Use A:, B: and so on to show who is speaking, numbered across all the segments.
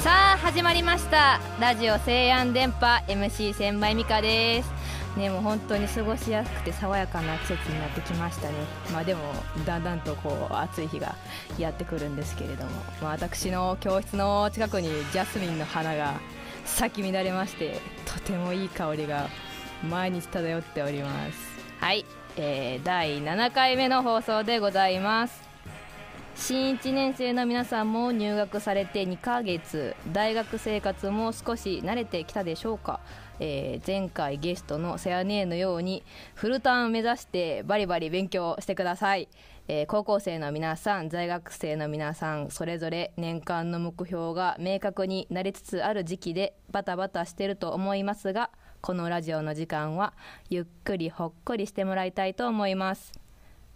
A: さあ始まりましたラジオ西安電波 MC 千枚美香ですねもう本当に過ごしやすくて爽やかな季節になってきましたねまあでもだんだんとこう暑い日がやってくるんですけれども、まあ、私の教室の近くにジャスミンの花が咲き乱れましてとてもいい香りが毎日漂っておりますはい、えー第7回目の放送でございます新1年生の皆さんも入学されて2ヶ月大学生活も少し慣れてきたでしょうか、えー前回ゲストのセアネーのようにフルターンを目指してバリバリ勉強してください、えー高校生の皆さん在学生の皆さんそれぞれ年間の目標が明確になりつつある時期でバタバタしてると思いますがこのラジオの時間はゆっくりほっこりしてもらいたいと思います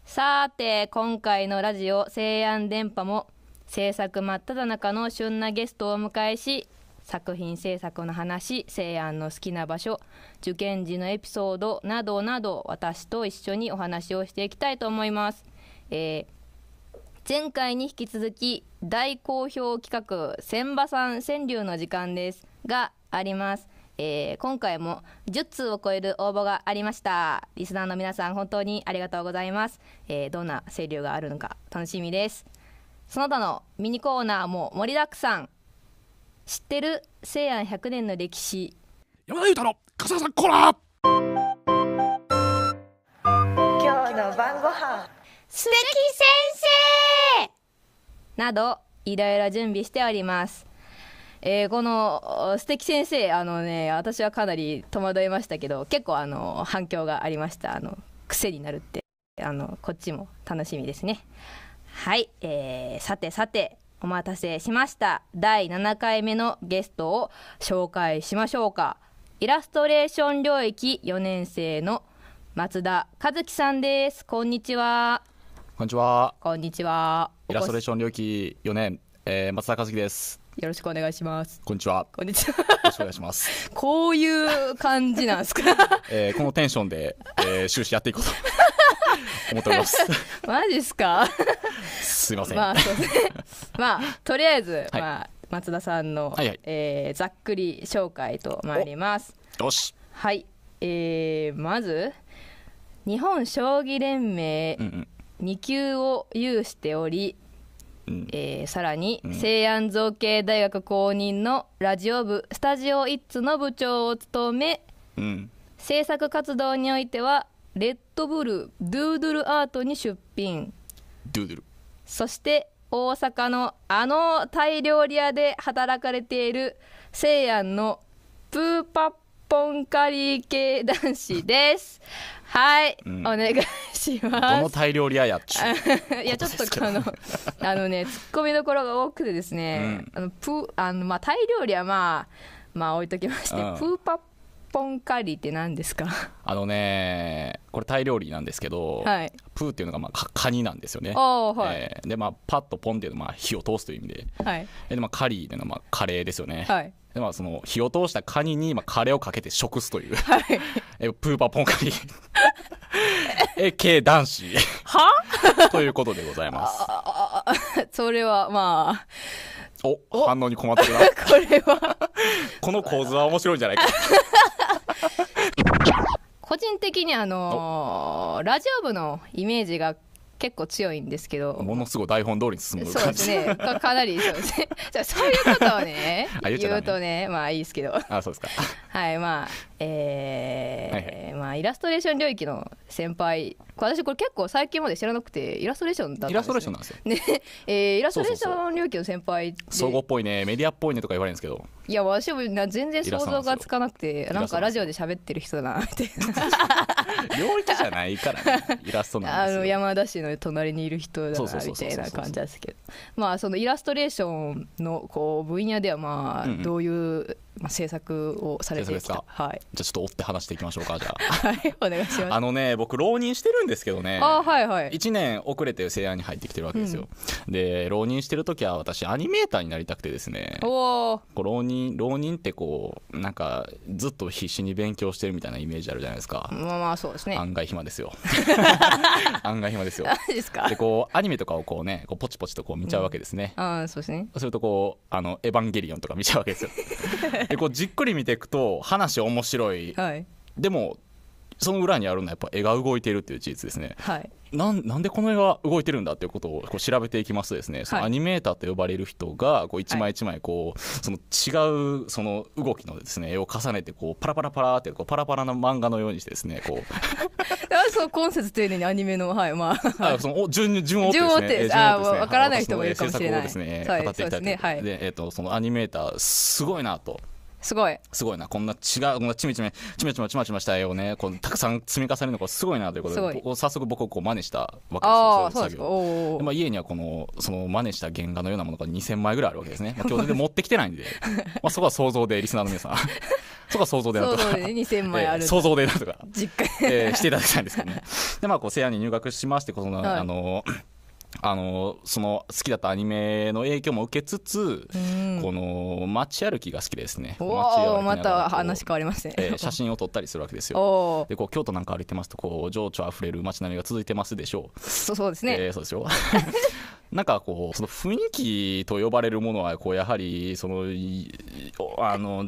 A: さて今回のラジオ西安電波も制作真っ只中の旬なゲストをお迎えし作品制作の話西安の好きな場所受験時のエピソードなどなど私と一緒にお話をしていきたいと思います、えー前回に引き続き大好評企画千葉さん川柳の時間ですがあります、えー今回も10通を超える応募がありましたリスナーの皆さん本当にありがとうございます、えーどんな川柳があるのか楽しみですその他のミニコーナーも盛りだくさん知ってる西安100年の歴史
B: 山田裕太の笠原さんコーナー
C: 今日の晩ご飯
D: 素敵先生
A: などいろいろ準備しております、えーこのお素敵先生あのね私はかなり戸惑いましたけど結構あの反響がありましたあの癖になるってあのこっちも楽しみですねはい、えーさてさてお待たせしました第7回目のゲストを紹介しましょうかイラストレーション領域4年生の松田和樹さんですこんにちは
E: こんにちは。
A: こんにちは
E: イラストレー
A: シ
E: ション領域4年、えー、松田和樹です。
A: ョンよろしくお願いします
E: こんにちは。よ
A: こんにちは。
E: ろしくお願いします。
A: こういう感じなんですか
E: えー、このテンションで、えー、終始やっていこうと 思っております。
A: マジっすか
E: すいません。
A: まあ、そうですね。まあ、とりあえず、
E: はい
A: まあ、松田さんの、
E: はいはい
A: えーざっくり紹介と参ります。
E: よし。
A: はい。えー、まず、日本将棋連盟
E: うん
A: 2級を有しており、
E: うん。うん、
A: えーさらに、
E: うん
A: 西安造形大学公認のラジオ部スタジオイッツの部長を務め
E: うん。
A: 制作活動においてはレッドブルドゥードゥルアートに出品
E: ドゥードゥル。
A: そして大阪のあのタイ料理屋で働かれている西安のプーパッポンカリー系男子ですはい、
E: うん
A: お願いし
E: ど
A: ま
E: の
A: す
E: タイ料理屋やっちゅう。
A: いやちょっとあのあのねツッコミどころが多くてですね、あのプーあのまあタイ料理はまあまあ置いときまして、
E: うん
A: プーパッポンカリーって何ですか
E: あのね、これタイ料理なんですけど、
A: はい
E: プーっていうのがまあかカニなんですよね。
A: おーはい
E: えーでまあパッとポンっていうのはまあ火を通すという意味で、
A: はい
E: えでまあカリーっていうのはまあカレーですよね。
A: はい
E: でまあその火を通したカニにまあカレーをかけて食すという。
A: はい
E: えプーパーポンカリえ系男子
A: は
E: ということでございます
A: それはま
E: お反応に困ってるな
A: あこれは
E: この構図は面白いんじゃないか
A: 個人的にあのーラジオ部のイメージが結構強いんですけど
E: ものすごい台本通りに進む
A: そう
E: 感
A: で
E: じ
A: すねかかなりそうです ねじゃあそういうことをね
E: あ言っちゃダ
A: 言
E: メ
A: うとねまあいいですけど
E: あそうですか
A: はいまあえーまあイラストレーション領域の先輩私これ結構最近まで知らなくてイラストレーションだったんです、ね、
E: イラストレーションなんですよ
A: ね、えーイラストレーシ
E: そうそう
A: ョン領域の先輩で
E: 総合っぽいねメディアっぽいねとか言われるんですけど
A: いや私もな全然想像がつかなくて
E: イ
A: なん
E: ラス
A: か
E: トな
A: ラ
E: んです
A: ジオで喋ってる人だなって
E: 料理家じゃないから ねイラストな
A: あ
E: んですよ
A: の山田市の隣にいる人だ
E: そうそう
A: な
E: そう
A: み
E: そ
A: た
E: う
A: いな感じなんですけどまあそのイラストレーションのこう分野ではま
E: うんう
A: あ
E: ん
A: どういうまあ、制作をされてき
E: 制作
A: た
E: です
A: はい
E: じゃあちょっと追って話していきましょうかじゃ
A: はい お願いし
E: ああ
A: ま
E: のね僕浪人してるんですけどね
A: すあはいはい
E: 1年遅れて西安に入ってきてるわけですよ、で浪人してる時は私アニメーターになりたくてですね
A: おお
E: こう浪人浪人ってこうなんかずっと必死に勉強してるみたいなイメージあるじゃないですか、
A: まあまあそうですね
E: 案外暇ですよ案外暇ですよ
A: あ ですか
E: でこうアニメとかをこうねこうポチポチとこう見ちゃうわけですね、
A: あそうですね
E: そうするとこう「あのエヴァンゲリオン」とか見ちゃうわ けですよでこうじっくり見ていくと話面白い
A: はい
E: でもその裏にあるのはやっぱ絵が動いているっていう事実ですね
A: はい
E: なんなんでこの絵が動いてるんだっていうことをこう調べていきますとですねその
A: はい
E: アニメーターと呼ばれる人がこう一枚一枚こうその違うその動きのですね絵を重ねてこうパラパラパラってこうパラパラな漫画のようにしてですねこう
A: あそう今節丁寧にアニメのはいまあ
E: あそのお順順を追って
A: 順を追って
E: ですねえー
A: あー
E: 順を追ってですね
A: わからない人もいるかもしれない
E: はい私の制作をです
A: は
E: ね
A: い
E: 語っていきたいと思いま
A: そうですねは
E: す
A: い
E: でえっとそのアニメーターすごいなと
A: すごい
E: すごいなこんな違うこんなちみちみちみちまちまちました絵をねこうたくさん積み重ねるのがすごいなということ
A: すごい
E: でこう早速僕をこう真似したわけです
A: あ
E: よ
A: あそうです
E: い
A: か
E: 作業を
A: おー
E: でまあ、家にはこのその真似した原画のようなものが2000枚ぐらいあるわけで すね、まあ、今日全然持ってきてないんでまあそこは想像でリスナーの皆さ んそこは想像でなん
A: そ
E: と
A: う
E: か
A: そうね 2000枚あ
E: え
A: る
E: ー想像でなんとか
A: 実 家
E: えーしていただきたいんですけどね。でまあこう西安に入学しましてこの、
A: はい
E: あのあのその好きだったアニメの影響も受けつつ、
A: ん
E: この街歩きが好きでですね。街歩きなが
A: お
E: ら
A: おまた話
E: こ
A: 変わりますね
E: うえー写真を撮ったりするわけです よ。
A: おお
E: でこう京都なんか歩いてますとこう情緒あふれる街並みが続いてますでしょう。
A: そうそうですね
E: えーそうですよ。 なんかこうその雰囲気と呼ばれるものはこうやはりそのいあの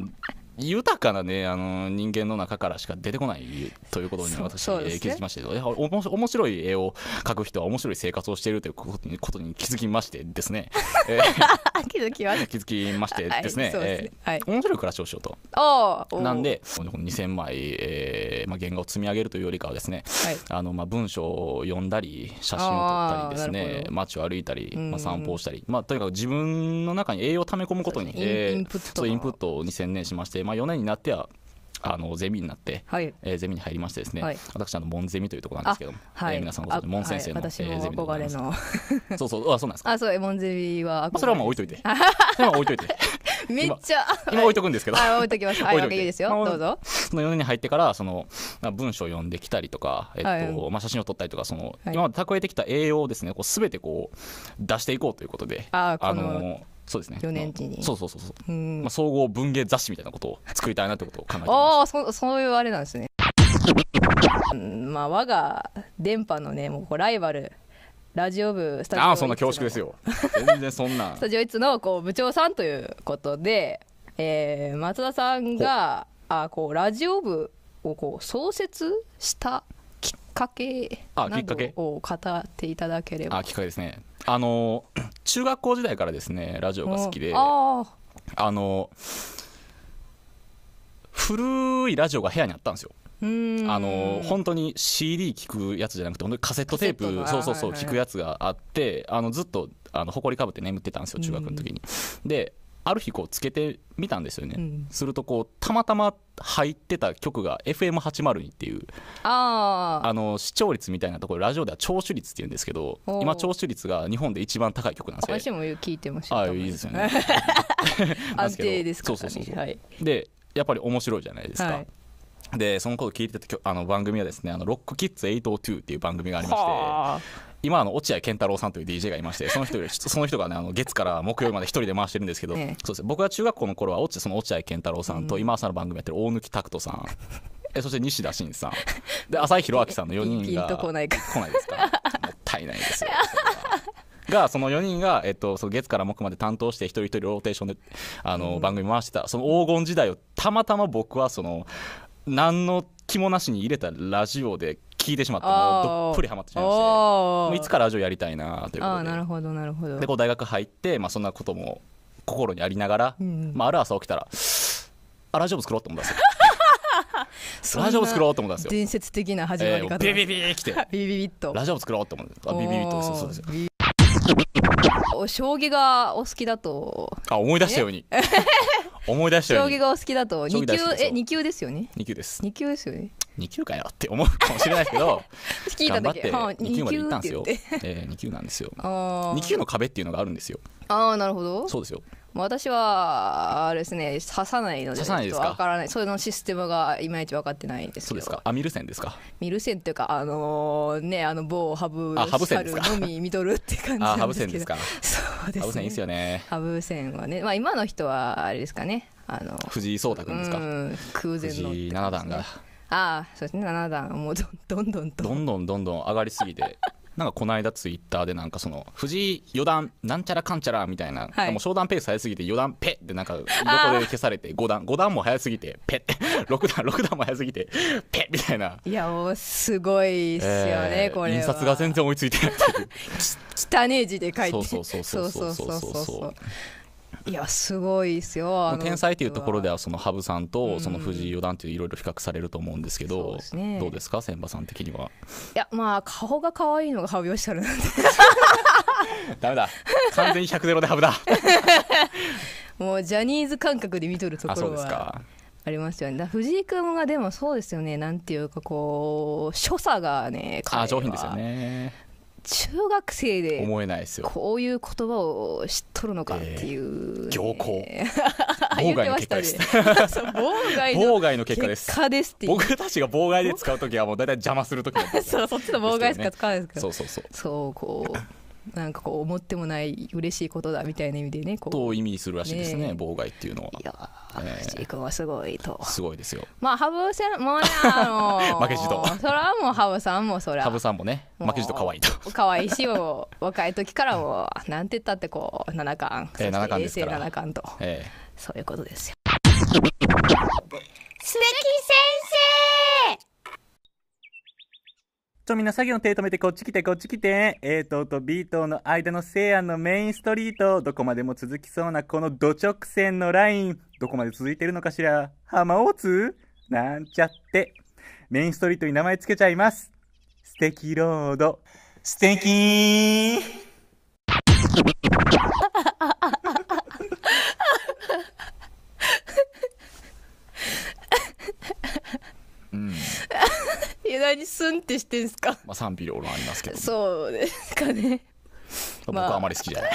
E: 豊かなねあの人間の中からしか出てこないということに
A: そう
E: 私
A: そう
E: は、え
A: ですね
E: ー気づきましたけどやはりおもし面白い絵を描く人は面白い生活をしているということにことに気づきましてです ね、え
A: あ気づきは
E: ー気づきましてです
A: は
E: ね
A: いそうですね
E: えー
A: はい
E: 面白い暮らしをしようと
A: おーおー
E: なんでこの2000枚、えーまあ、原画を積み上げるというよりかはですね
A: はい
E: あのまあ文章を読んだり写真を撮ったりです
A: あーなるほ
E: ね
A: ど
E: 街を歩いたり、
A: うん
E: まあ、散歩をしたり、まあ、とにかく自分の中に栄養をため込むことに、
A: そうですね
E: えー
A: インプット
E: そうインプットを2000年しまして、まあ、4年になってはあのゼミになって。
A: はい
E: えーゼミに入りましてですね、
A: はい
E: 私あのモンゼミというところなんですけども、えー皆さんご存知のモン先生の、
A: あはい私
E: えー
A: も
E: ゼミでござ
A: 憧
E: い
A: れ
E: ます
A: の
E: そうそうあそ うなんですか、
A: あそうエモンゼミは憧れ
E: まあ、それはまあ置いといてそれは置いと いて
A: めっちゃ
E: 今置いとくんですけど
A: あ置いときますはい
E: 置いといて
A: いいですよ
E: まあ
A: どうぞ
E: その4年に入ってからそのまあ文章を読んできたりとか、えっと
A: はいうん
E: まあ、写真を撮ったりとかその、
A: はい
E: 今まで蓄えてきた栄養をですねこう全てこう出していこうということで
A: あーこの
E: のそうですね
A: 四年時に
E: そうそうそうそ
A: う
E: う、
A: ん
E: まあ、総合文芸雑誌みたいなことを作りたいなということを 考えてます
A: ああそそういうあれなんですねうんまあ我が電波のねもうこうライバルラジオ部スタジオ
E: ああーそんな恐縮です
A: よ
E: よ全然そ んな
A: スタジオイツのこう部長さんということで、えー松田さんがあこうラジオ部をこう創設したきっかけ
E: あ
A: な
E: きっ
A: ど
E: かけ
A: を語っていただければ
E: あきっかけですねあの中学校時代からですねラジオが好きで
A: あー
E: あの古いラジオが部屋にあったんですよ
A: うーん
E: あの本当に CD 聞くやつじゃなくて本当にカセットテー
A: カセット
E: プ
A: の
E: そうそうそう
A: あはいはい
E: 聞くやつがあってあのずっとあの埃かぶって眠ってたんですよ中学の時に。である日こうつけてみたんですよね、
A: うん
E: するとこうたまたま入ってた曲が FM802 っていう
A: あー
E: あの視聴率みたいなところラジオでは聴取率っていうんですけど
A: おー
E: 今聴取率が日本で一番高い曲なんですよ
A: 私も聞いてました
E: ああいいですよねなん
A: 安
E: すけど
A: 定ですからね
E: そうそうそうそう
A: はい
E: でやっぱり面白いじゃないですか、
A: はい
E: でそのこと聞いてたきょあの番組はですね「あのロックキッズ802」っていう番組がありまして
A: は
E: 今あの落合健太郎さんという DJ がいましてその人よりその人がねあの月から木曜日まで一人で回してるんですけど、
A: ええ
E: そうです僕が中学校の頃は落合その落合健太郎さんと今朝の番組やってる大貫拓人さんえそして西田真さんで浅井宏明さんの4人が
A: ピンピンとこないか
E: 来ないですかもったいないですよそれはがその4人が、えっと、その月から木まで担当して一人一人ローテーションであの、番組回してたその黄金時代をたまたま僕はその何の気もなしに入れたラジオで聞いてしまってもうどっぷりハマってしまいましてもういつかラジオやりたいなというこ
A: あ
E: と
A: あ
E: で
A: なるほどなるほど
E: でこう大学入って、まあ、そんなことも心にありながら、
A: ん
E: まあ、ある朝起きたらあラジオ部作ろうと 思ったんで
A: そ
E: す
A: ん
E: よ
A: な
E: ラジオ部作ろうと思ったんですよ、
A: 伝説的な始ま
E: え
A: り
E: ー、
A: 方
E: ビビビー来て
A: ビビビッと
E: ラジオ部作ろうと思ってあビビビッとそうそうそう
A: おービお将棋がお好きだと
E: あ思い出したよ うに思い出した
A: 将
E: よう
A: 棋
E: に
A: がお好きだと
E: 将
A: 二級
E: 棋大好きですよ
A: え二級ですよね
E: 2級です
A: 二級ですよね
E: 2級かよって思うかもしれないですけど
A: 聞いた
E: 頑張
A: だ
E: っ
A: け
E: て
A: はい
E: 2級まで行ったんですよ
A: 二級って言って
E: え2級なんですよ
A: あー
E: 2級の壁っていうのがあるんですよ
A: あーなるほど
E: そうですよ
A: 私はあれですね刺さないので
E: 刺さないです
A: ちょ
E: か
A: っとわからないそれのシステムがいまいち分かってないんですけど
E: そうですかアミル線で すか
A: 見る線というかあのねあの某ハブ
E: あハブ線ですか
A: 猿のみ見とるって感じ
E: あ
A: なんですけど
E: ハブ線ですか
A: そうですね
E: ハブ線いいですよね
A: ハブ線はねまあ今の人はあれですかねあの
E: 藤井聡太君です
A: う
E: か
A: ん空前の
E: 藤井七段が
A: ああそうですね7段もうどどんどんと
E: どんどんどんどん上がりす ぎてなんかこの間ツイッターでなんかその藤井四段なんちゃらかんちゃらみたいな、
A: はい
E: もう商談ペース早すぎて四段ペッってなんか横で消されて五段五段も早すぎてペッ て六段六段も早すぎてペッみたいな。
A: いやもうすごいっすよね、
E: えー
A: これは
E: 印刷が全然追いついてないっていう
A: 汚ね字で書いて
E: そうそうそうそうそうそうそう
A: いやすごいっすよ あの
E: 天才っていうところではその羽生さん
A: うん
E: とその藤井四段っていういろいろ比較されると思うんですけ
A: そう
E: ど
A: ですね
E: どうですか千葉さん的にはい
A: やまあ顔が可愛いのが羽生善治なんで
E: ダメだ完全に100ゼロで 羽生だ
A: もうジャニーズ感覚で見とると
E: あ
A: こ
E: そう
A: ろ
E: です
A: は
E: か
A: ありますよねだから藤井君がでもそうですよねなんていうかこう所作がね彼は
E: あ上品ですよね
A: 中学生で
E: 思えないですよ
A: こういう言葉を知っとるのかっていう、ね
E: えー 行幸
A: あ
E: 妨
A: 言っ
E: 害
A: て
E: の
A: ま
E: 結
A: した
E: 果
A: ね
E: です
A: そう妨害の
E: 妨害の結果です
A: 結果ですっていう
E: 僕たちが妨害で使う時はもう大体邪魔する時の妨害
A: そうそっちの妨害しか使わないですから
E: そうそうそう
A: そうこうなんかこう思ってもない嬉しいことだみたいな意味でねこ
E: と
A: うい
E: 意味するらしいです
A: ねえ
E: ね妨害っていうのは
A: やー
E: ええ
A: 藤井君はすごいと
E: すごいですよ
A: まあ羽生さんもうねあのー
E: 負けじと
A: それはもう羽生さんもそれ
E: 羽生
A: は
E: さんもね負けじと可愛いと
A: 可愛いしもう若い時からもうなんて言ったってこう七冠
E: ええ七冠ですから
A: 平成七冠と
E: ええ
A: そういうことですよ
D: 素敵先
F: ちょ、みんな作業の手止めてこっち来てこっち来て。A 棟と B 棟の間の西安のメインストリート。どこまでも続きそうなこの土直線のライン。どこまで続いてるのかしら浜大津なんちゃって。メインストリートに名前つけちゃいます。素敵ロード。素敵
E: うん
A: いや何スンってしてんすか
E: まあ賛否両論ありますけど
A: そうですかね
E: 僕はあまり好きじゃ ない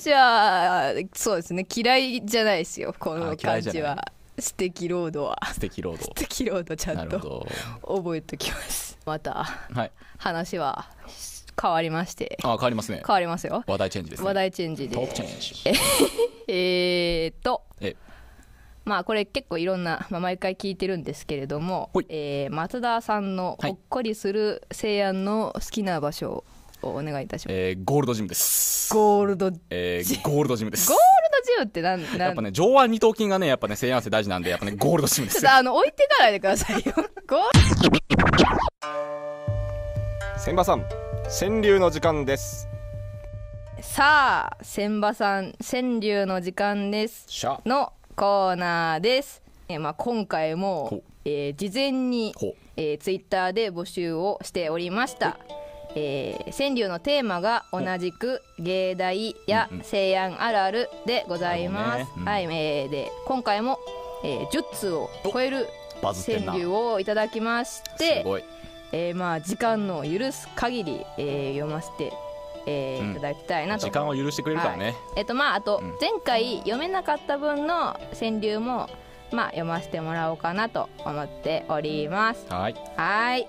A: 私はそうですね嫌いじゃないですよこの
E: あ嫌
A: 感
E: いじゃな
A: じ
E: い
A: は素敵ロードは
E: 素敵労働
A: 素敵ロードちゃ
E: なんる
A: と
E: ほ
A: 覚えときますまた
E: どはい
A: 話は変わりまして
E: あ変わりますね
A: 変わりますよ
E: 話題チェンジですね
A: 話題チェンジで
E: トークチェンジ
A: えーっと
E: え
A: まあこれ結構いろんな、まあ、毎回聞いてるんですけれども
E: ほい、
A: えー松田さんの
E: はい
A: ほっこりする西安の好きな場所をお願いいたします、
E: えーゴールドジムです
A: ゴールドゴール
E: えーゴールドジムです
A: ドジムってなん
E: や
A: な
E: っ
A: ん
E: ぱね上腕二頭筋がねやっぱね西安性大事なんでやっぱねゴールドジムで
A: ちょ っ
E: す
A: とあの置いてかないでくだ さいよゴー
G: 千葉さん川柳の時間です
A: さあ千葉さん川柳の時間です
E: しゃ
A: のコーナーです、えーまあ、今回も
E: ほ、
A: えー事前に
E: ほ、
A: えー、ツイッターで募集をしておりました、えー川柳のテーマが同じく芸大や西安あるあるでございます、
E: なるほどねうん
A: はい、えーで今回も、えー、10通を超える
E: バズってんな
A: 川柳をいただきまし
E: す
A: て
E: ごい
A: えーまあ時間の許す限り、えー読ませて、えー
E: うん
A: いただきたいなと
E: 時間を許してくれるからね、
A: はいえっとまああと
E: うん
A: 前回読めなかった分の川柳もまあ読ませてもらおうかなと思っております
E: はい、
A: はい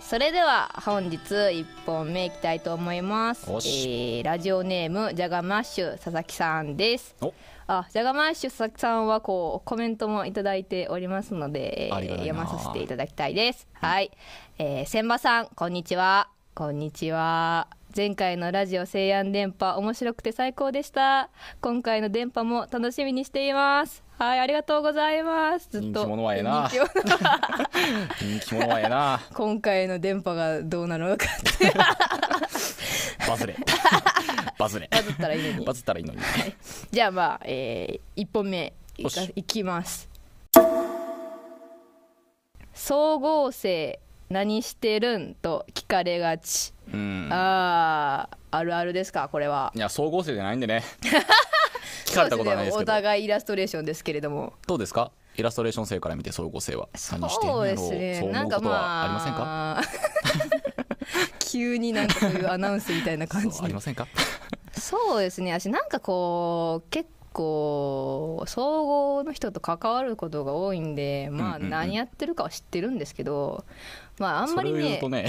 A: それでは本日1本目いきたいと思います、え
E: おし
A: ーラジオネームジャガマッシュ佐々木さんです
E: お
A: あジャガマッシュ佐々木さんはこうコメントもいただいておりますので、えー
E: ありがたい
A: 読
E: な
A: まさせていただきたいですはい、えー、千葉さんこんにちはこんにちは前回のラジオ西安電波面白くて最高でした今回の電波も楽しみにしていますはいありがとうございますずっと
E: 人気者はええな
A: 人気者
E: 人気者はええな
A: 今回の電波がどうなのかって
E: バズれバズれ
A: バズったらいいのに
E: バズったらいいのに
A: じゃあまあ、え1本目い
E: よ
A: か
E: し
A: いきます総合生何してるんと聞かれがち、
E: うん
A: あーあるあるですかこれはい
E: や総合性じゃないんで ね聞かれたことはないです
A: そう
E: け
A: ねお
E: ど
A: 互いイラストレーションですけれども
E: どうですかイラストレーション性から見て総合性は何してん
A: そう
E: や
A: で
E: ろ
A: すね
E: そう
A: な
E: 思
A: ん
E: う
A: か
E: ことはありませんか
A: まあ急になんかそういうアナウンスみたいな感じ
E: そうありませんか
A: そそうですね私なんかこう結構総合の人と関わることが多いんでまあ
E: うんうんうん
A: 何やってるかは知ってるんですけど、まああんまり
E: それを言
A: ね
E: うとね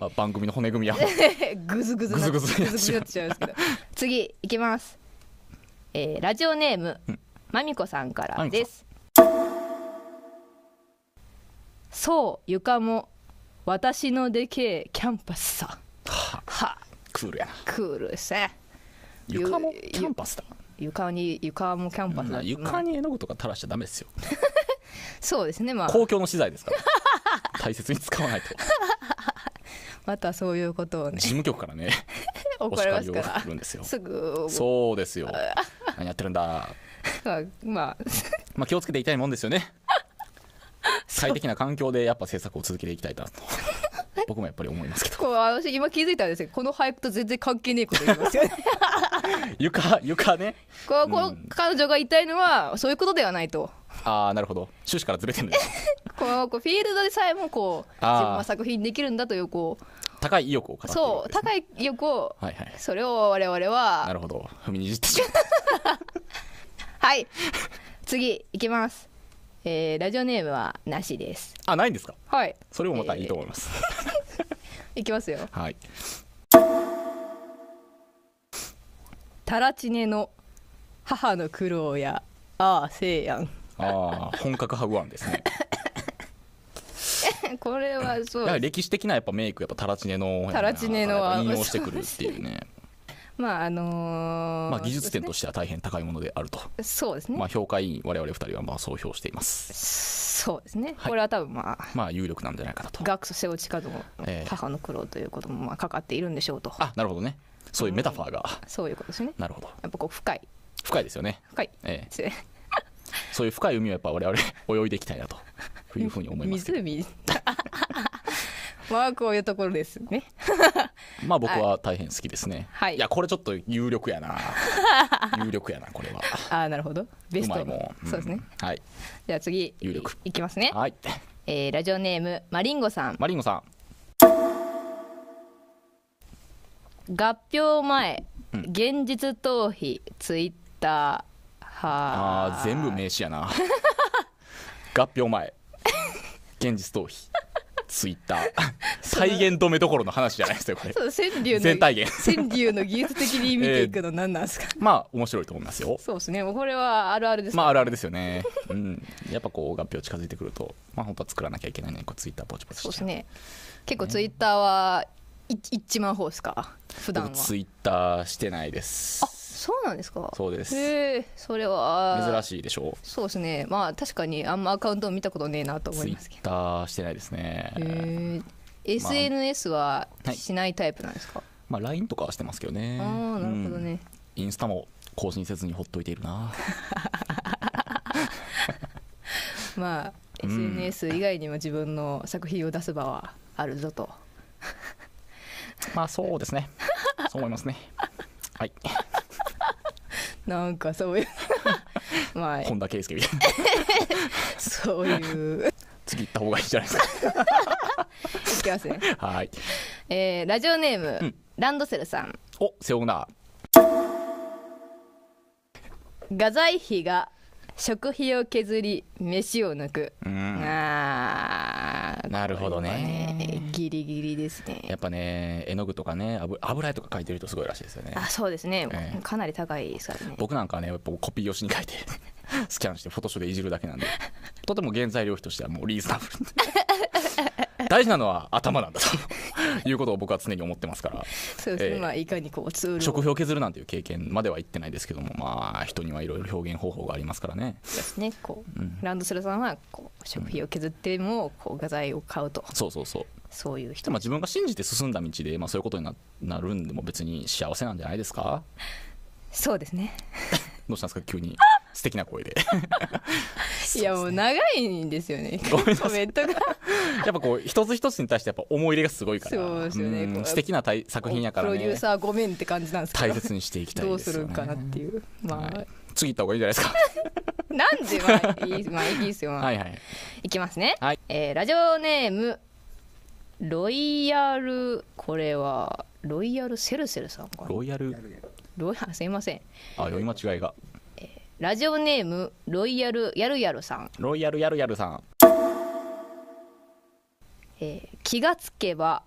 E: まあ番組の骨組みや
A: グズグズな
E: グズグズ
A: グズ
E: になっちゃう
A: グズになっちゃうんですけど次いきます、えーラジオネーム、まみこさんからですそう床も私のでけえキャンパスさは
E: クールやな
A: クールですね
E: 床もキャンパスだ
A: 床に床もキャンパス
E: な
A: だ
E: 床に絵の具とか垂らしちゃダメですよ
A: そうですねまあ
E: 公共の資材ですから大切に使わないと
A: またそういうことをね
E: 事務局からね お
A: 怒られます
E: 叱りを
A: か
E: 来
A: ら
E: るんですよ
A: すぐ
E: そうですよ何やってるんだ
A: まあ
E: まあ気をつけていきたいもんですよね最適な環境でやっぱ制作を続けていきたいなと 僕もやっぱり思いますけど
A: こう私今気づいたんですけどこの俳句と全然関係ねえこと言い ますよね
E: 床床ね
A: こうこう彼女が言いたいのはそういうことではないと
E: ああなるほど趣旨からずれてるんだよ
A: こうこうフィールドでさえもこう自
E: あー
A: 分は作品できるんだというこ
E: 高い意欲を語って
A: う
E: いるわ
A: そう
E: けですね
A: 高い意欲を
E: はいはい
A: それを我々
E: な
A: は
E: るほど踏みにじってしまった
A: はい次いきますえーラジオネームはなしです
E: あないんですか
A: はい
E: それもまたいいと思います、
A: いきますよ
E: はい
A: タラチネの母の苦労やああせいやん
E: ああ本格派ウアンですね
A: これはそう
E: やはり歴史的なやっぱメイクやっぱタラチネの
A: タラチネの
E: やっぱ引用してくるっていうね
A: まああのー
E: まあ技術点としては大変高いものであると、
A: そうですね、
E: まあ、評価委員我々二人はまあ総評しています
A: そうですね、
E: はい
A: これは多分まあ
E: まあ有力なんじゃないかなと
A: 学祖瀬落ちかとも
E: ええ
A: 母の苦労ということもまあかかっているんでしょうと
E: あなるほどねそういうメタファーが、
A: そういうことですね
E: なるほど
A: やっぱこう深い
E: 深いですよね、
A: 深い
E: ええ
A: ですね
E: そういう深い海をやっぱ我々泳いでいきたいなというふうに思 いますけど
A: 湖まあこういうところですね
E: まあ僕は大変好きですね、
A: はい
E: やこれちょっと有力 やな有力やなこれは
A: ああなるほどベ
E: う
A: ス
E: ま
A: ト
E: いもん、ん
A: そうですね
E: はい
A: じゃあ次
E: 有力
A: いいきますね、
E: はい
A: えーラジオネームマリンゴさん
E: マリンゴさん
A: 合併前、現実逃避ツイッターは
E: あー全部名詞やな 合併 前現実逃避ツイッター再現止めどころの話じゃないですよこれ
A: そう川柳の
E: 全体言
A: 川柳の技術的に見ていくの何なんですか、
E: まあ面白いと思いますよ
A: そうですねもうこれはあるあるです
E: まああるあるですよね、うん、やっぱこう合併近づいてくるとまあ本当は作らなきゃいけないのにこうツイッターポチポチ
A: そうで
E: し
A: す
E: て、
A: ね結構ツイッターはい一万方ですか普段は
E: 僕ツイッターしてないです
A: あそうなんですか
E: そうです
A: へえそれは
E: 珍
A: い
E: しいでしょ
A: そうですねまあ確かにあんまアカウントを見たことねえなと
E: う
A: 思
E: ツ
A: い
E: イ
A: ますけ
E: ッターしてないですね、
A: どへえ SNS は
E: はい
A: しないタイプなんですか、
E: まあ LINE とかはしてますけどね
A: ああなるほどね、
E: うんインスタも更新せずにほっといているな
A: まあ
E: うん
A: SNS 以外にも自分の作品を出す場はあるぞと
E: まあそうですねそう思いますね はい
A: なんかそう いうまあ
E: 本田圭佑み たいな
A: そういうい
E: 次行った方がいいんじゃないです
A: きます ね
E: かはい
A: えーラジオネーム、ランドセルさん
E: お背負うな
A: 画材費が食費を削り飯を抜く、
E: うん
A: あー
E: なるほどね
A: これはギリギリです
E: や
A: ね
E: っぱね絵の具とかね油油絵とか描いてる人すごいらしいですよね
A: あそうですね、
E: ええ
A: かなり高いですからね
E: 僕なんかはねやっぱコピー用紙に書いて スキャンしてフォトショーでいじるだけなんでとても原材料費としてはもうリーズナブル大事なのは頭なんだと いうことを僕は常に思ってますから
A: そうですね、
E: ええ
A: まあいかにこうツールを
E: 食費を削るなんていう経験までは言ってないですけどもまあ人にはいろいろ表現方法がありますからね
A: ですねこう、ランドセルさんはこう食費を削ってもこう画材を買うと
E: そうそうそう
A: そういう人
E: でも自分が信じて進んだ道で、まあ、そういうことにななるんでも別に幸せなんじゃないですか
A: そうですね
E: どうしたんですか急に素敵な声で
A: いやもう長いんですよね
E: ごめん なさ
A: コメントが
E: やっぱこう一つ一つに対してやっぱ思い入れがすごいから
A: そうですよね
E: ん
A: こう
E: 素敵なたい作品やから
A: プロデュ
E: ね
A: ーサーごめんって感じなんですけど
E: 大切にしていきたい
A: どう
E: ですすよ、
A: る
E: ね、
A: んかなっていうまあ、
E: はい次行った方がいいんじゃないですか
A: なんでまあいい,、まあ、いいですよ、まあ、
E: はいいはい
A: きますね、
E: はい
A: えーラジオネームロイヤルこれはロイヤルセルセルさんかな
E: ロイヤル
A: ロイ あすいません
E: あ読み間違いが
A: ラジオネームロイヤルやるやるさん、
E: ロイヤルやるやるさん
A: えー気がつけば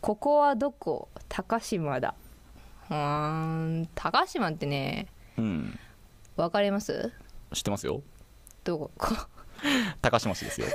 A: ここはどこ高島だうーん高島ってね
E: うん
A: わかります
E: 知ってますよ
A: どここ
E: 高島市ですよ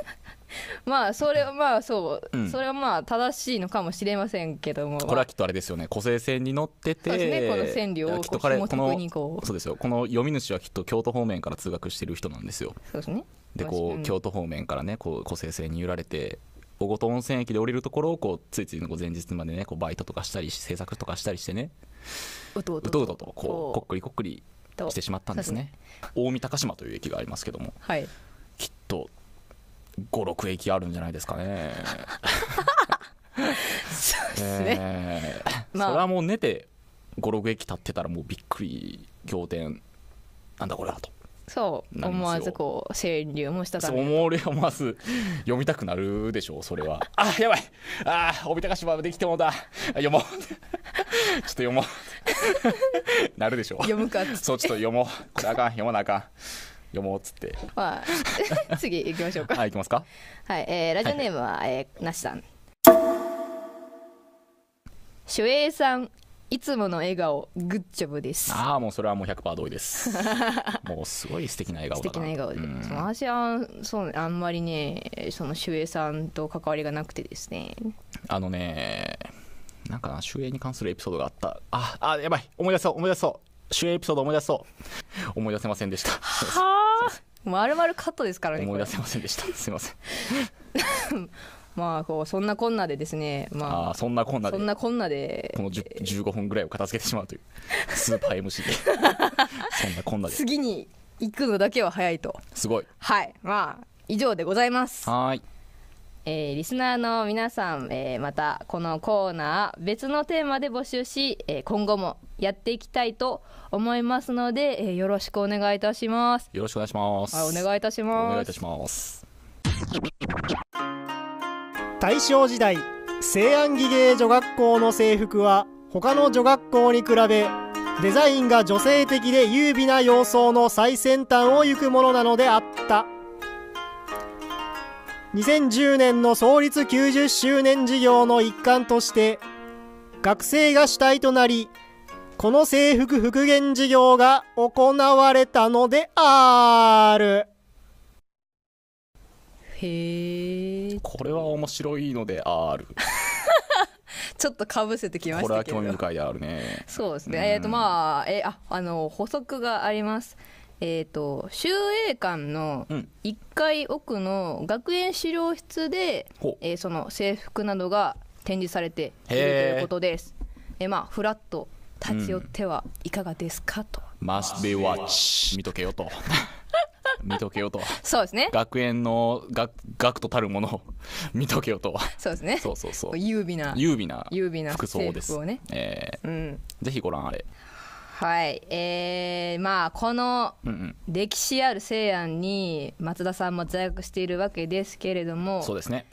A: まあそれはまあそう、
E: うん
A: それはまあ正しいのかもしれませんけども
E: これはきっとあれですよね個性線に乗ってて
A: そうですねこの線量を
E: きっと彼
A: こう
E: こ
A: 紐解くにこ
E: の
A: う
E: そうですよこの読み主はきっと京都方面から通学してる人なんですよ
A: そうですね
E: で
A: まあ
E: こ
A: う
E: うん京都方面からねこう個性線に揺られて小琴温泉駅で降りるところをこうついついこう前日までねこうバイトとかしたりし制作とかしたりしてね
A: うとう
E: う
A: と
E: とうととこうこっ
A: こ
E: くりこっくり
A: うと
E: してしまったんですね近江高島という駅がありますけども
A: はい
E: きっと56駅あるんじゃないですかねそうです
A: ねまあ
E: それはもう寝て56駅経ってたらもうびっくり仰天なんだこれはと
A: そう
E: なりますよ
A: 思わずこう川柳もしたた
E: そう
A: め
E: 思う思わず読みたくなるでしょうそれはあやばいあー帯高島できてもうたあ読もうちょっと 読もうなるでしょう
A: 読むかっつって
E: そうちょっと読もうこれあかん読まなあかん読もうっつ って
A: まあ次行きましょうか
E: あいきますか
A: はい、えーラジオネームは、えーなしさん守衛さんいつもの笑顔グッジョブです
E: ああもうそれはもう100%同意ですもうすごい素敵な笑顔
A: 素
E: だな
A: 敵な笑顔で、
E: うん
A: その私はそうあんまりねその守衛さんと関わりがなくてですね
E: あのねなんかな守衛に関するエピソードがあったああやばい思い出そう思い出そう守衛エピソード思い出そう思い出せませんでした
A: まるまるカットですからね
E: 思
A: こ
E: い
A: れ
E: 出せませんでしたすいません
A: まあこうそんなこんなでですね
E: あ
A: ま
E: あそんなこん
A: あ
E: なで
A: そんなこんなで
E: この10 15分ぐらいを片付けてしまうと いうスーパー MC でそんなこんなで
A: 次に行くのだけは早いと
E: すごい
A: はいまあ以上でございます
E: はーい
A: えーリスナーの皆さん、えーまたこのコーナー別のテーマで募集し、えー今後もやっていきたいと思いますので、えーよろしくお願いいたします。
E: よろしくお願いします
A: はい、お願いいたし
E: お
A: ます。
E: 願いいたします
H: 大正時代西安技芸女学校の制服は他の女学校に比べデザインが女性的で優美な様相の最先端を行くものなのであった2010年の創立90周年事業の一環として学生が主体となりこの制服復元事業が行われたのである。
A: へえ、
E: これは面白いのである
A: ちょっとかぶせてきま
E: こ
A: し
E: れ
A: た
E: は
A: けど
E: 興味。深いであるね
A: そうです
E: うん
A: ね。えっ、とまあ、えーああの補足があります。えっ、と修営館の
E: うん
A: 1階奥の学園資料室で、
E: ほう
A: えーその制服などが展示されていると
E: へー
A: いうことです。えーまあフラッと立ち寄ってはいかがですかと。
E: マスベワッチ 見とけよと見とけよと
A: そうですね。
E: 学園の学学徒たるものを 見とけよと
A: そうですね。
E: そうそうそう
A: 優美な
E: 優美な
A: 優美な
E: 服装です
A: 制服をね
E: え
A: うん。
E: ーぜひご覧あれ
A: はい。えーまあこの
E: うんうん
A: 歴史ある西安に松田さんも在学しているわけですけれども、
E: そうですね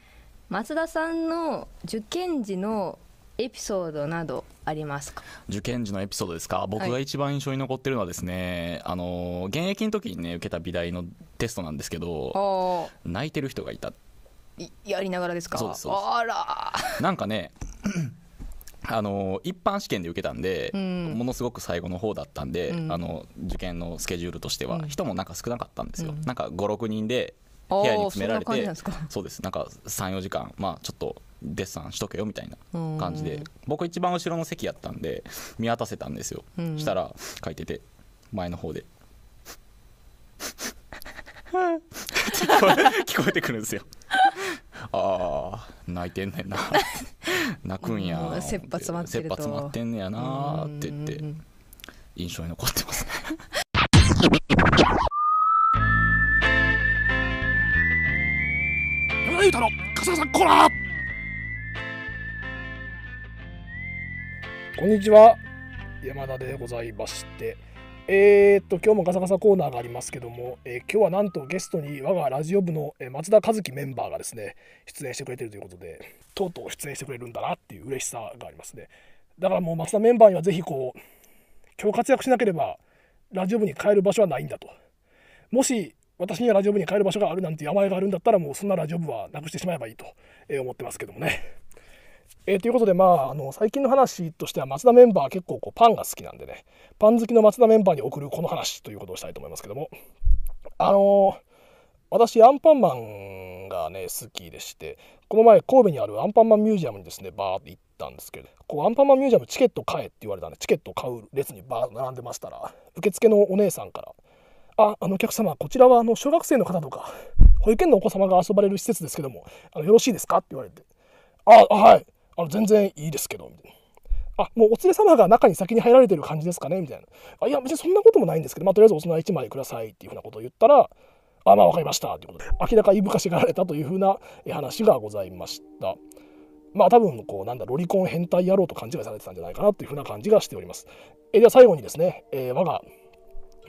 A: 松田さんの受験時のエピソードなどありますか
E: 受験時のエピソードですか僕が
A: はい
E: 一番印象に残ってるのはですね、あの現役の時にね受けた美大のテストなんですけど
A: お
E: 泣いてる人がいた
A: やりながらですか
E: そうですそうです
A: あら
E: なんかねあの一般試験で受けたんで、
A: うん
E: ものすごく最後の方だったんで、
A: うん
E: あの受験のスケジュールとしては、
A: うん
E: 人もなんか少なかったんですよ、
A: うん
E: なんか56人で部
A: おー
E: 屋に詰められて
A: そんな感じなんですか
E: そうですなんか34時間まあちょっとデッサンしとけよみたいな感じで僕一番後ろの席やったんで見渡せたんですよ、
A: うん
E: したら書いてて前の 方で 聞こえ聞こえてくるんですよああ泣いてんね んな泣くんや
A: うん切羽詰まってると
E: 切羽詰まってんねやなって言
A: うんうん
E: っ
A: う
E: て
A: ん
E: 印象に残っ てますね
B: 山田裕太の笠原さんコラ
I: こんにちは山田でございましてえー、っと今日もガサガサコーナーがありますけども、えー今日はなんとゲストに我がラジオ部の、えー松田和樹メンバーがですね出演してくれてるということでとうとう出演してくれるんだなっていう嬉しさがありますねだからもう松田メンバーにはぜひこう今日活躍しなければラジオ部に帰る場所はないんだともし私にはラジオ部に帰る場所があるなんて山があるんだったらもうそんなラジオ部はなくしてしまえばいいとえー思ってますけどもね。えーということでまああの最近の話としては松田メンバーは結構こうパンが好きなんでねパン好きの松田メンバーに送るこの話ということをしたいと思いますけどもあのー私アンパンマンがね好きでしてこの前神戸にあるアンパンマンミュージアムにですねバーって行ったんですけどこうアンパンマンミュージアムチケット買えって言われたんでチケットを買う列にバーッと並んでましたら受付のお姉さんからあ、あのお客様、こちらはあの小学生の方とか、保育園のお子様が遊ばれる施設ですけども、あのよろしいですかって言われて、あ、あはい、あの全然いいですけど、みたいな。あ、もうお連れ様が中に先に入られてる感じですかねみたいな。あ、いや、別にそんなこともないんですけど、まあ、とりあえずお備え1枚くださいっていうふうなことを言ったら、あ、まあ、わかりました。ということで、明らかにいぶかしがられたというふうなえ話がございました。まあ多分こうなんだロリコン変態野郎と勘違いされてたんじゃないかなというふうな感じがしております。えでは最後にですね、えー我が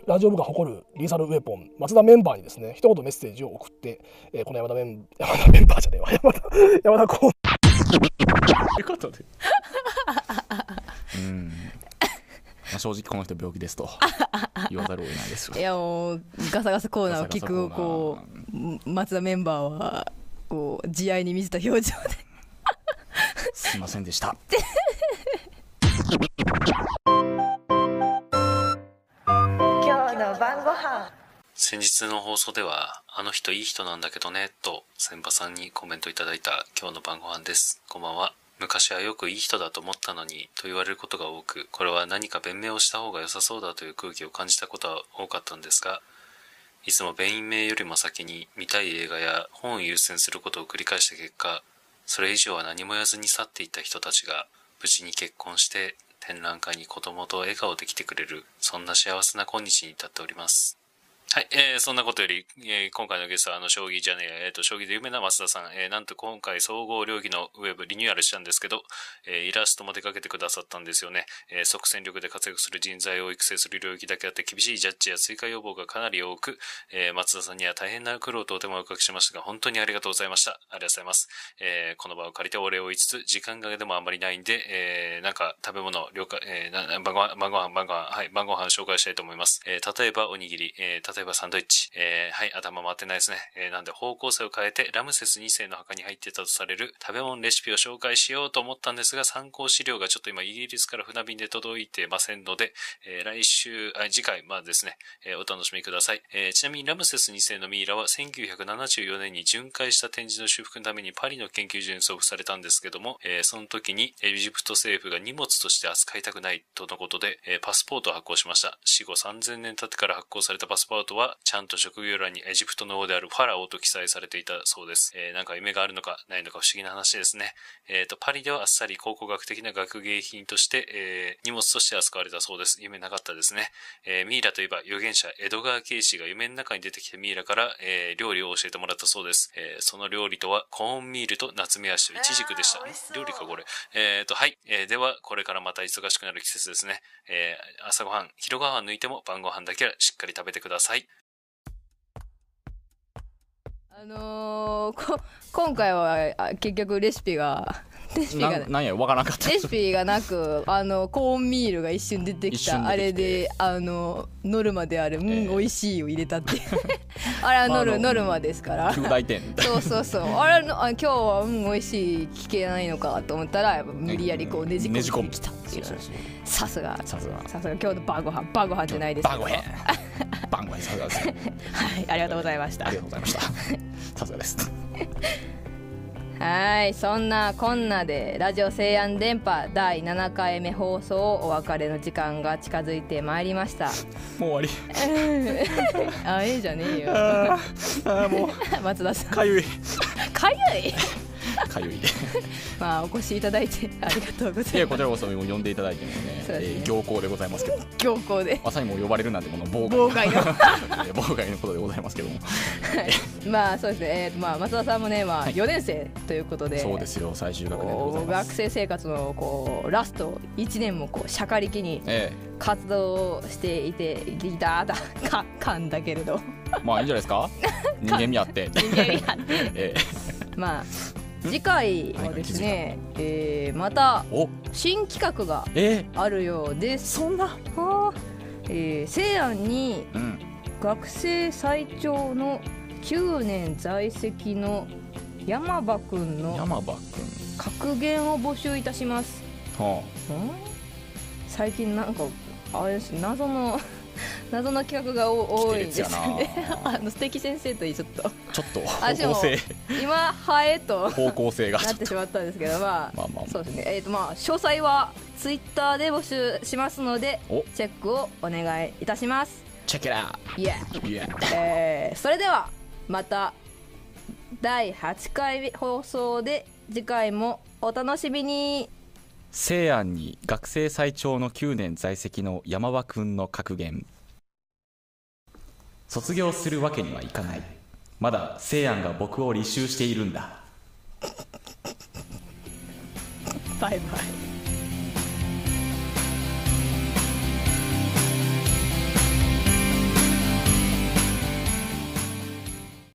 I: ラジオ部が誇るリーサルウェポン、松田メンバーにですね、一言メッセージを送って、えーこの山田メン、山田メンバーじゃねえわ、山田、山田コー
E: ということでうん、まあ、正直この人病気ですと言わざるを得ないですよ
A: いやもうガサガサコーナーを聞くこう松田メンバーはこう慈愛に満ちた表情です
E: いませんでした
C: 今日の晩ご飯
J: 先日の放送では、あの人いい人なんだけどね、と、先場さんにコメントいただいた今日の晩ご飯です。こんばんは。昔はよくいい人だと思ったのに、と言われることが多く、これは何か弁明をした方が良さそうだという空気を感じたことは多かったんですが、いつも弁明よりも先に見たい映画や本を優先することを繰り返した結果、それ以上は何も言わずに去っていった人たちが、無事に結婚して、展覧会に子供と笑顔で来てくれる、そんな幸せな今日に至っております。はい、えーそんなことより、えー今回のゲストは、あの、将棋じゃねえや、えっ、と、将棋で有名な増田さん、えーなんと今回、総合領域のウェブリニューアルしたんですけど、えーイラストも手掛けてくださったんですよね。えー即戦力で活躍する人材を育成する領域だけあって、厳しいジャッジや追加要望がかなり多く、えー松田さんには大変な苦労とお手間をおかけしましたが、本当にありがとうございました。ありがとうございます。えーこの場を借りてお礼を言いつつ、時間がでもあんまりないんで、えーなんか、食べ物、了解、えーなな晩ご飯、晩ご飯、晩ご飯、はい、晩ご飯紹介したいと思います。えー例えばおにぎり、えー例えばサンドイッチ、えーはい、頭回ってないですね。えーなんで方向性を変えて、ラムセス2世の墓に入ってたとされる食べ物レシピを紹介しようと思ったんですが、参考資料がちょっと今イギリスから船便で届いてませんので、えー来週、あ次回、まあですね、えーお楽しみください、えーちなみにラムセス2世のミイラは1974年に巡回した展示の修復のためにパリの研究所に送付されたんですけども、えーその時にエジプト政府が荷物として扱いたくないとのことで、えーパスポートを発行しました。死後3000年経ってから発行されたパスポートは、ちゃんと職業欄にエジプトの王であるファラオと記載されていたそうです。えーなんか夢があるのかないのか不思議な話ですね。えっ、と、パリではあっさり考古学的な学芸品として、えー荷物として扱われたそうです。夢なかったですね。えーミイラといえば預言者江戸川慶氏が夢の中に出てきたミイラから、えー料理を教えてもらったそうです。えーその料理とはコーンミールと夏目足とイチジクでした。料理かこれ。えっ、と、はい、えーでは、これからまた忙しくなる季節ですね。えー朝ごはん、昼ごはん抜いても晩ごはんだけはしっかり食べてください。
A: あのーこ今回はあ結局レシピがレシピが
E: ななんやわからなかった
A: レシピがなくあのコーンミールが一瞬出てき
E: 一瞬
A: たあ
E: 出
A: れ
E: て
A: であのノルマである「うん、
E: ええ
A: 美味しい」を入れたって あれはノル,、
E: まああの
A: ノルマですから
E: 副大点
A: そうそうそうあれのあ今日は「うん美味しい」聞けないのかと思ったらやっぱ無理やりこうねじ込んできたってい
E: そ
A: う
E: うそうそう
A: さすが
E: さすが
A: さすが今日の晩ご飯晩ご飯じゃないですけ
E: バ
A: ど
E: ンゴ ヘンバンゴヘンさすがです
A: はいありがとうございました
E: ありがとうございましたさすがです
A: はいそんなこんなでラジオ西安電波第7回目放送お別れの時間が近づいてまいりました
E: もう終わり
A: あええじゃねえよ
E: あーもう
A: 松田さん
E: かゆい
A: かゆい
E: かゆい
A: まあお越しいただいてありがとうご
E: い
A: ざい
E: や
A: ます
E: こちらこそもう呼んでいただいてもね
A: そうですね
E: えー行幸でございますけど
A: 強行で
E: まさにもう呼ばれるなんてこの妨害
A: 妨 害が
E: えー妨害のことでございますけども
A: まあそうですね、えーとまあ、松田さんもね、まあ、4年生ということで、
E: そうですよ最終学年でご
A: こ
E: ざいうま
A: 学
E: す
A: 生生活のこうラスト1年もこうしゃかりきに
E: え
A: 活動していてギターだ かかんだけれど
E: えまあいいんじゃないですか人間味あって
A: 人間味あって
E: ええ
A: まあ次回はですね、えーまた新企画が
E: え
A: あるようです。
E: そんな
A: はあえー、西安に
E: ーうん
A: 学生最長の9年在籍の山場くんの
E: 山場君
A: 格言を募集いたします。
E: は
A: ん最近なんかあれです謎の 謎の企画がお多いですね
E: 来てるやつやな
A: あの素敵先生といいちょっと
E: あちょっと
A: あ
E: 方
A: でも
E: 向性
A: 今ハエと
E: 方向性が
A: なってしまったんですけどまあ
E: まあまあ
A: そうですねえっ、とまあ詳細はツイッターで募集しますので
E: お
A: チェックをお願いいたします
E: チェケラ
A: いや、
E: ーいや
A: えーそれではまた第8回放送で次回もお楽しみに
E: 西安に学生最長の9年在籍の山場君の格言卒業するわけにはいかないまだ西安が僕を履修しているんだ
A: バイバイ